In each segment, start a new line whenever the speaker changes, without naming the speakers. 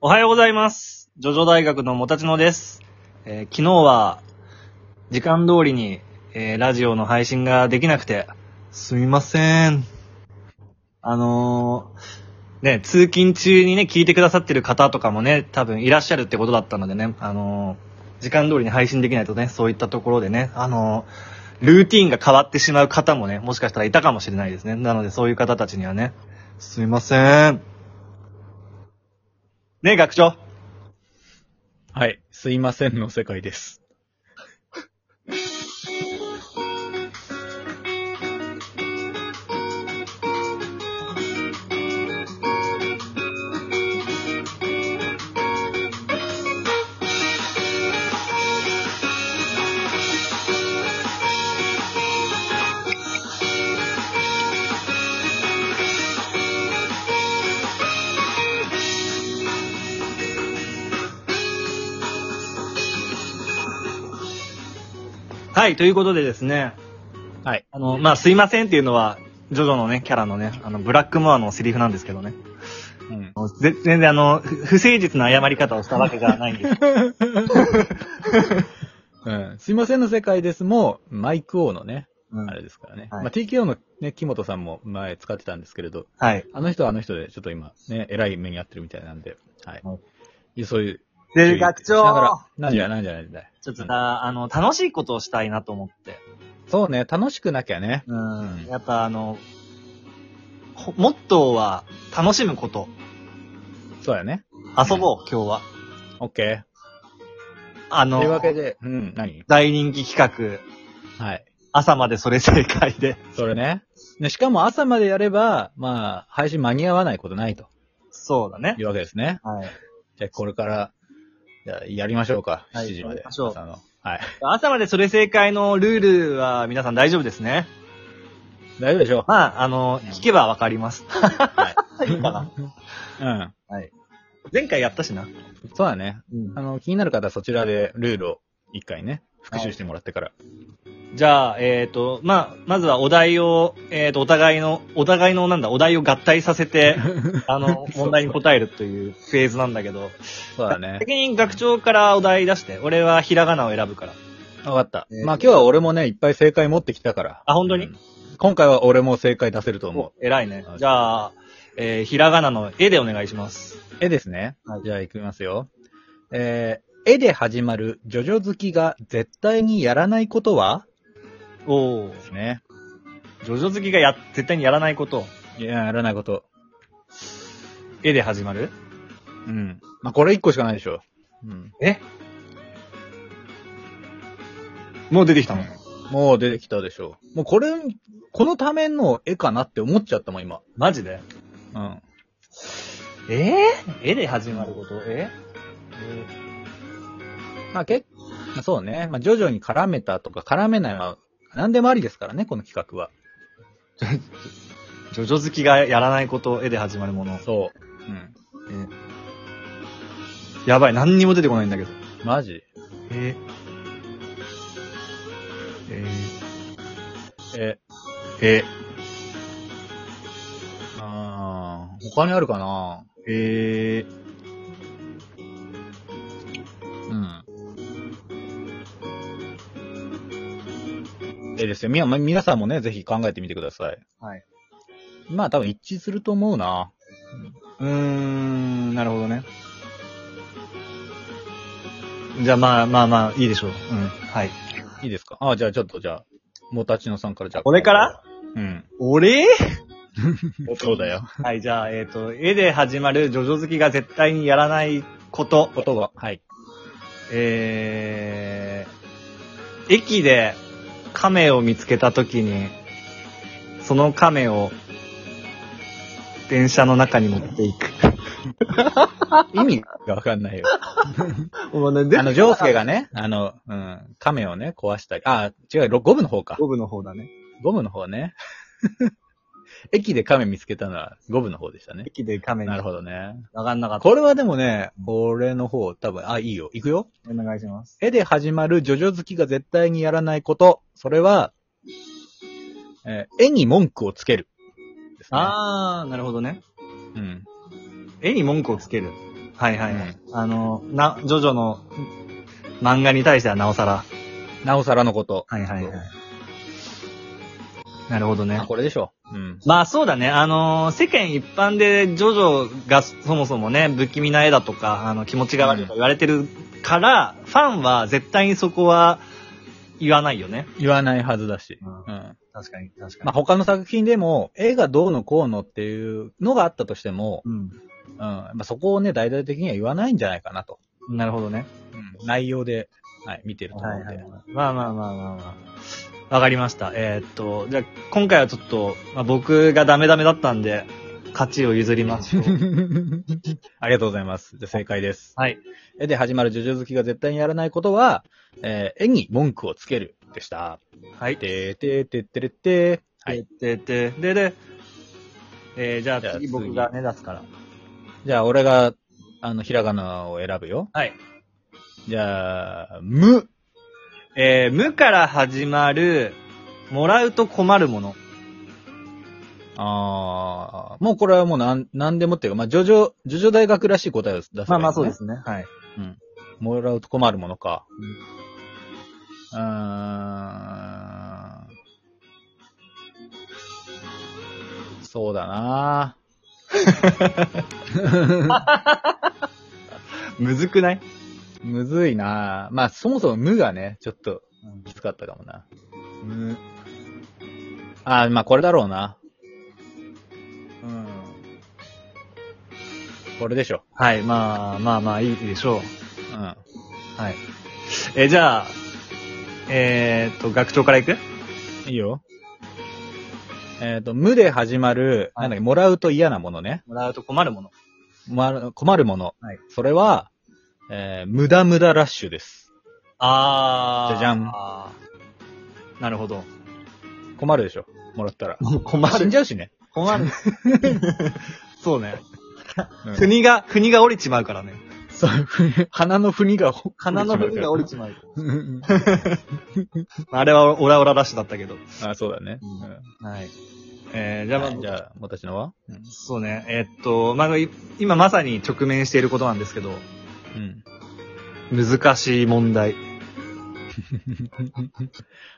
おはようございます。ジョジョ大学のもたちのです。えー昨日は、時間通りに、えーラジオの配信ができなくて、すみません。あのーね、通勤中にね、聞いてくださってる方とかもね、多分いらっしゃるってことだったのでね、あのー時間通りに配信できないとね、そういったところでね、あのールーティンが変わってしまう方もね、もしかしたらいたかもしれないですね。なのでそういう方たちにはね、すみません。ねえ、学長。
はい。すいませんの世界です。
はい、ということでですね、
はい。
あの、まあ、すいませんっていうのは、ジョジョのね、キャラのね、あの、ブラックモアのセリフなんですけどね。
うん。
あのぜ全然あの、ふ不誠実な謝り方をしたわけじゃないんです。
うん、すいませんの世界ですも、マイク王のね、
うん
あれですからね。
はい
まあ、TKO のね、木本さんも前使ってたんですけれど、
はい。
あの人はあの人で、ちょっと今、ね、偉い目に遭ってるみたいなんで、はい。
はい
いやそういう。注
で、
意
学
しながら
長、
なんじゃなんじゃないんだい。
ちょっとさ、あの、楽しいことをしたいなと思って。
そうね、楽しくなきゃね。
うん。やっぱあの、ほモットーは、楽しむこと。
そうやね。
遊ぼう、今日は。
オッケ
あ
ー。という
の
わ、けで、うん、何
大人気企画、
はい。
朝までそれ正解で。
それね。ねしかも朝までやれば、まあ、配信間に合わないことないと
そうだね
い。うわけですね。
はい。
じゃあ、これから、じゃあやりましょうか。
はい
7時まで。
やりましょう
朝の。はい。
朝までそれ正解のルールは皆さん大丈夫ですね。
大丈夫でしょう。
まあ、あの、
うん
聞けばわかります。
はい
いいかな。
うん。
前回やったしな。
そうだね。
うん
あの、気になる方はそちらでルールを一回ね、復習してもらってから。
じゃあ、えっ、と、まあ、まずはお題を、えっ、と、お互いの、お互いのなんだ、お題を合体させ て、あの、問題に答えるというフェーズなんだけど、
そうだね。
先に学長からお題出して、俺はひらがなを選ぶから。
わかった。
えー
まあ今日は俺もね、いっぱい正解持ってきたから。
あ本当に
うん今回は俺も正解出せると思
お
う。、
偉いね。じゃあ、えー、ひらがなの絵でお願いします。
絵ですね。
はい
じゃあ行きますよ。えー、絵で始まるジョジョ好きが絶対にやらないことは
おー、
ですね。
ジョジョ好きがや、絶対にやらないこと。
いや、やらないこと。
絵で始まる
うん。まあこれ一個しかないでしょ。うん。
えもう出てきたの
もう出てきたでしょう。もうこれ、このための絵かなって思っちゃったもん、今。
マジで
うん。
えー、絵で始まることえ
まあ結構、そうね。まあ徐々に絡めたとか絡めないは、何でもありですからね、この企画は。
ジョジョ好きがやらないこと、絵で始まるもの。
そう。うん。
やばい、何にも出てこないんだけど。
マジ
ええ
え、
え
あー、他にあるかな
え
うん。絵ですよ。みな、ま皆さんもね、ぜひ考えてみてください。
はい。
まあ多分一致すると思うな。
うーん、なるほどね。じゃあまあまあまあ、いいでしょう。うん。はい。
いいですかあ、じゃあちょっと、じゃあ、もたちのさんからじゃあ。
俺から
うん。
俺
そうだよ。
はい、じゃあ、えっ、と、絵で始まるジョジョ好きが絶対にやらないこと。
言葉。はい。
えー、駅で亀を見つけたときに、その亀を電車の中に持っていく。
意味がわか んないよ。
もうね、
あの、ジョウスケがね、あの、うん、亀をね、壊したり。あ、違う、ロゴムの方か。
五部の方だね。
ゴムの方ね。 駅で亀見つけたのはゴムの方でしたね。
駅で亀に。
なるほどね。
わかんなかった。
これはでもね、俺の方、多分、あ、いいよ。行くよ。
お願いします。
絵で始まるジョジョ好きが絶対にやらないこと。それは、えー絵に文句をつける。ですね。
あー、なるほどね。
うん。
絵に文句をつける。はいはいはい。あの、な、ジョジョの漫画に対してはなおさら。
なおさらのこと。
はいはいはい。なるほどね
あ、。これでしょ。うん。
まあそうだね。あのー世間一般でジョジョがそもそもね、不気味な絵だとか、あの、気持ちが悪いとか言われてるから、ファンは絶対にそこは言わないよね。
言わないはずだし。
うん
う、ん。
確かに、確かに。
まあ、他の作品でも、絵がどうのこうのっていうのがあったとしても、
う
うん。まあ、そこをね、大々的には言わないんじゃないかなと。
ん。なるほどね。
うん。内容で、はい、見てると思うんで。
まあまあまあまあまあ。わかりました。えーっと、じゃあ今回はちょっと、まあ、僕がダメダメだったんで、勝ちを譲ります
ありがとうございます。じゃあ正解です。
はい。
絵で始まるジョジョ好きが絶対にやらないことは、えー絵に文句をつけるでした。
はい。で、
てーてーてーてれってー。はい。
で、で、で、で、えー、じゃあ
じゃあ
次
次
僕がね、出すから。
じゃあ、俺が、あの、ひらがなを選ぶよ。
はい。
じゃあ、む。
えー、無から始まる、もらうと困るもの。
あーもうこれはもうなん、なんでもっていうか、まあ、ジョジョ、ジョジョ大学らしい答えを出す、。
まあまあそうですすね。はい。
もらうと困るものか。うーん。そうだな
むずくない、
むずいなまあ、そもそも無がね、ちょっときつかったかもな。無。あーまあこれだろうな。うん。これでしょ。
はい、まあまあまあいいでしょう。
うん。
はい。えー、じゃあ、えー、っと、学長からいく
いいよ。えっ、と、無で始まる、
はい
なんだっけ、もらうと嫌なものね。
もらうと困るもの。
まる、困るもの。
はい
それは、えー、無駄無駄ラッシュです。
あー。
じゃじゃん
あーなるほど。
困るでしょ。もらったら。
困
死ん。じゃうしね。
困る。 そうね。
うん
国が、国が降りちまうからね。
そう、 ふ 鼻のふにが、
鼻の国が降り
ち
ちまう。
ゃうから。うん
あれはオラオララッシュだったけど。
あ、そうだね。
うん
うん
はい。えー、じゃあ、ま
はいじゃあ、私のはうん
そうね。えーっと、まあ、い今まさに直面していることなんですけど、
うん。
難しい問題。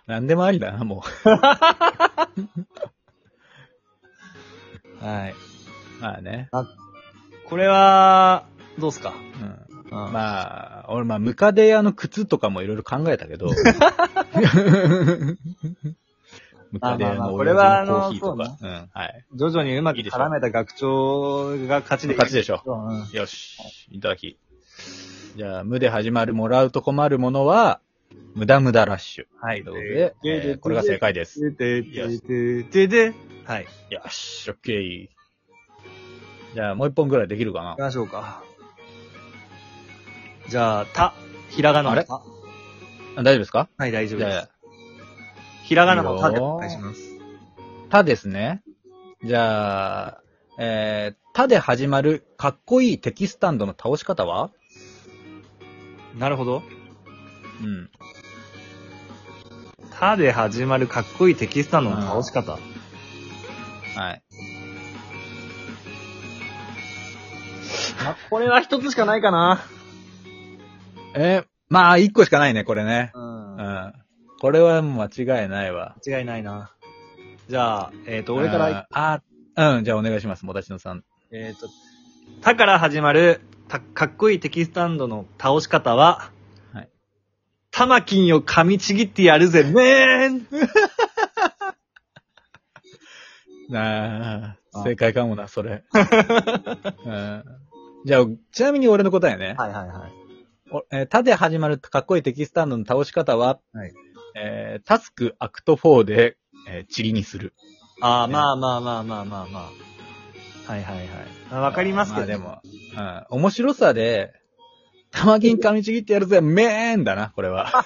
なんでもありだな、も
はい。
う。まあね。
これは、どうっすか
うん。
まあ、
まあ、俺、まあ、ムカデ屋の靴とかもいろいろ考えたけど。 ムカデ屋の親父のコーヒーと
まあまあ
か。うん、はい。
徐々にうまく絡めた学長が勝ちでいい
勝ちでしょ
うん
よし、いただき。じゃあ、無で始まるもらうと困るものは、無駄無駄ラッシュ。
はい。
ということで、えーこれが正解です。
ででででで、はい。行
よし、オッケー。じゃあ、もう一本ぐらいできるかな
き。ましょうか。じゃあ、た、ひらがなのた。
あ大丈夫ですか
はい、大丈夫
じ
で
ゃ
す
あ。、
ひらがなのたでお願いします。
たですね。じゃあ、えー、たで始まるかっこいい敵スタンドの倒し方は
なるほど。
うん。
たで始まるかっこいいテキスタンドの倒し方。
はい。
あこれは一つしかないかな。
えー、まあ、一個しかないね、これね。
うん
うん。これはもう間違いないわ。
間違いないな。じゃあ、えっ、と、俺から、。
あー、うん、じゃあお願いします、もたちのさん。
えっ、と、たから始まる、た、かっこいいテキスタンドの倒し方は、
はい。
タマキンを噛みちぎってやるぜ、めーん
あ
あ
あ、正解かもな、それ。 うん。じゃあ、ちなみに俺の答えね。
はいはいはい。
おえーたで始まるかっこいいテキスタンドの倒し方は、
はい
えータスクアクト4で、えー、チリにする。
ああ、
ね
まあまあまあまあまあまあ。はいはいはいあ。わかりますけど、
あーまあでも、うん、面白さで、玉銀噛みちぎってやるぜ、めーんだな、これは。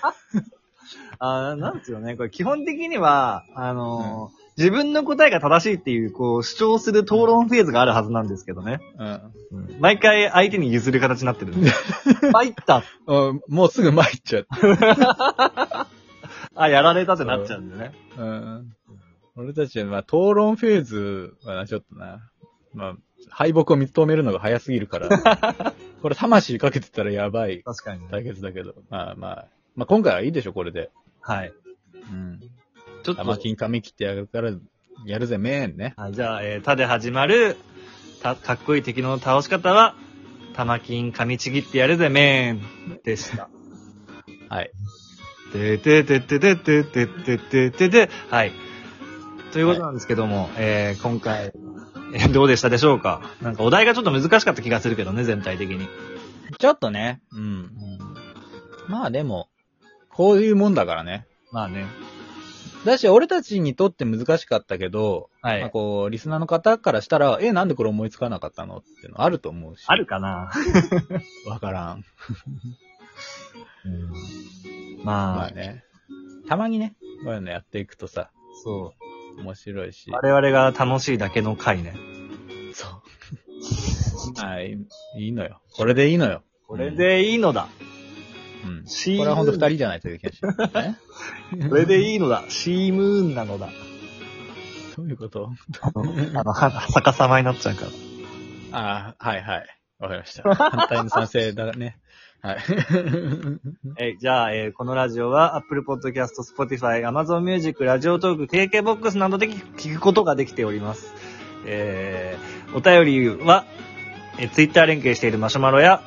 あーなんつうのね、これ基本的には、あのー自分の答えが正しいっていう、こう、主張する討論フェーズがあるはずなんですけどね。
うん
毎回相手に譲る形になってるんで。参った。
うん。もうすぐ参っちゃう。
あ、やられたってなっちゃうんでね。
うん。俺たちは、まあ、討論フェーズはな、ちょっとな。まあ、敗北を認めるのが早すぎるから、 これ魂かけてたらやばい
確かに、
対決だけど、まあまあ、まあ今回はいいでしょ、これで。
はい。
うん。
ちょっと、
玉金髪切ってやるから、やるぜ、メーンね。
はい、じゃあ、えー、たで始まる、た、かっこいい敵の倒し方は、玉金噛みちぎってやるぜ、メーンでした。
はい。
ててててててててててて、はい。ということなんですけども、えー、今回、えーどうでしたでしょうかなんかお題がちょっと難しかった気がするけどね、全体的に。
ちょっとね、うん。まあでも、こういうもんだからね。
まあね。
だし、俺たちにとって難しかったけど、
はい
まあこう、リスナーの方からしたら、え、なんでこれ思いつかなかったのってのあると思うし。
あるかな、
わからん。
まあ、
まあね。たまにね、こういうのやっていくとさ、
そ
面白いし
う。。我々が楽しいだけの回ね。
そう。 まあ、いいいいのよ。これでいいのよ。
これでいいのだ。
うん。
シー
これはほんと二人じゃないといけな いし。
これでいいのだ。シームーンなのだ。
どういうこと
あの、は逆さまになっちゃうから。
ああ、はいはい。わかり ました。反対の賛成だね。はい。
え、じゃあ、えーこのラジオは Apple Podcast、Spotify、Amazon Music、ラジオトーク、KKBOX などで聞くことができております。えーお便りは、えー、Twitter 連携しているマシュマロや、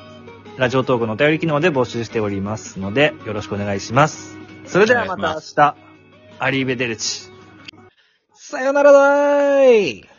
ラジオトークのお便り機能で募集しておりますので、よろしくお願いします。それではまた明日、アリーベデルチ。
さよならだーい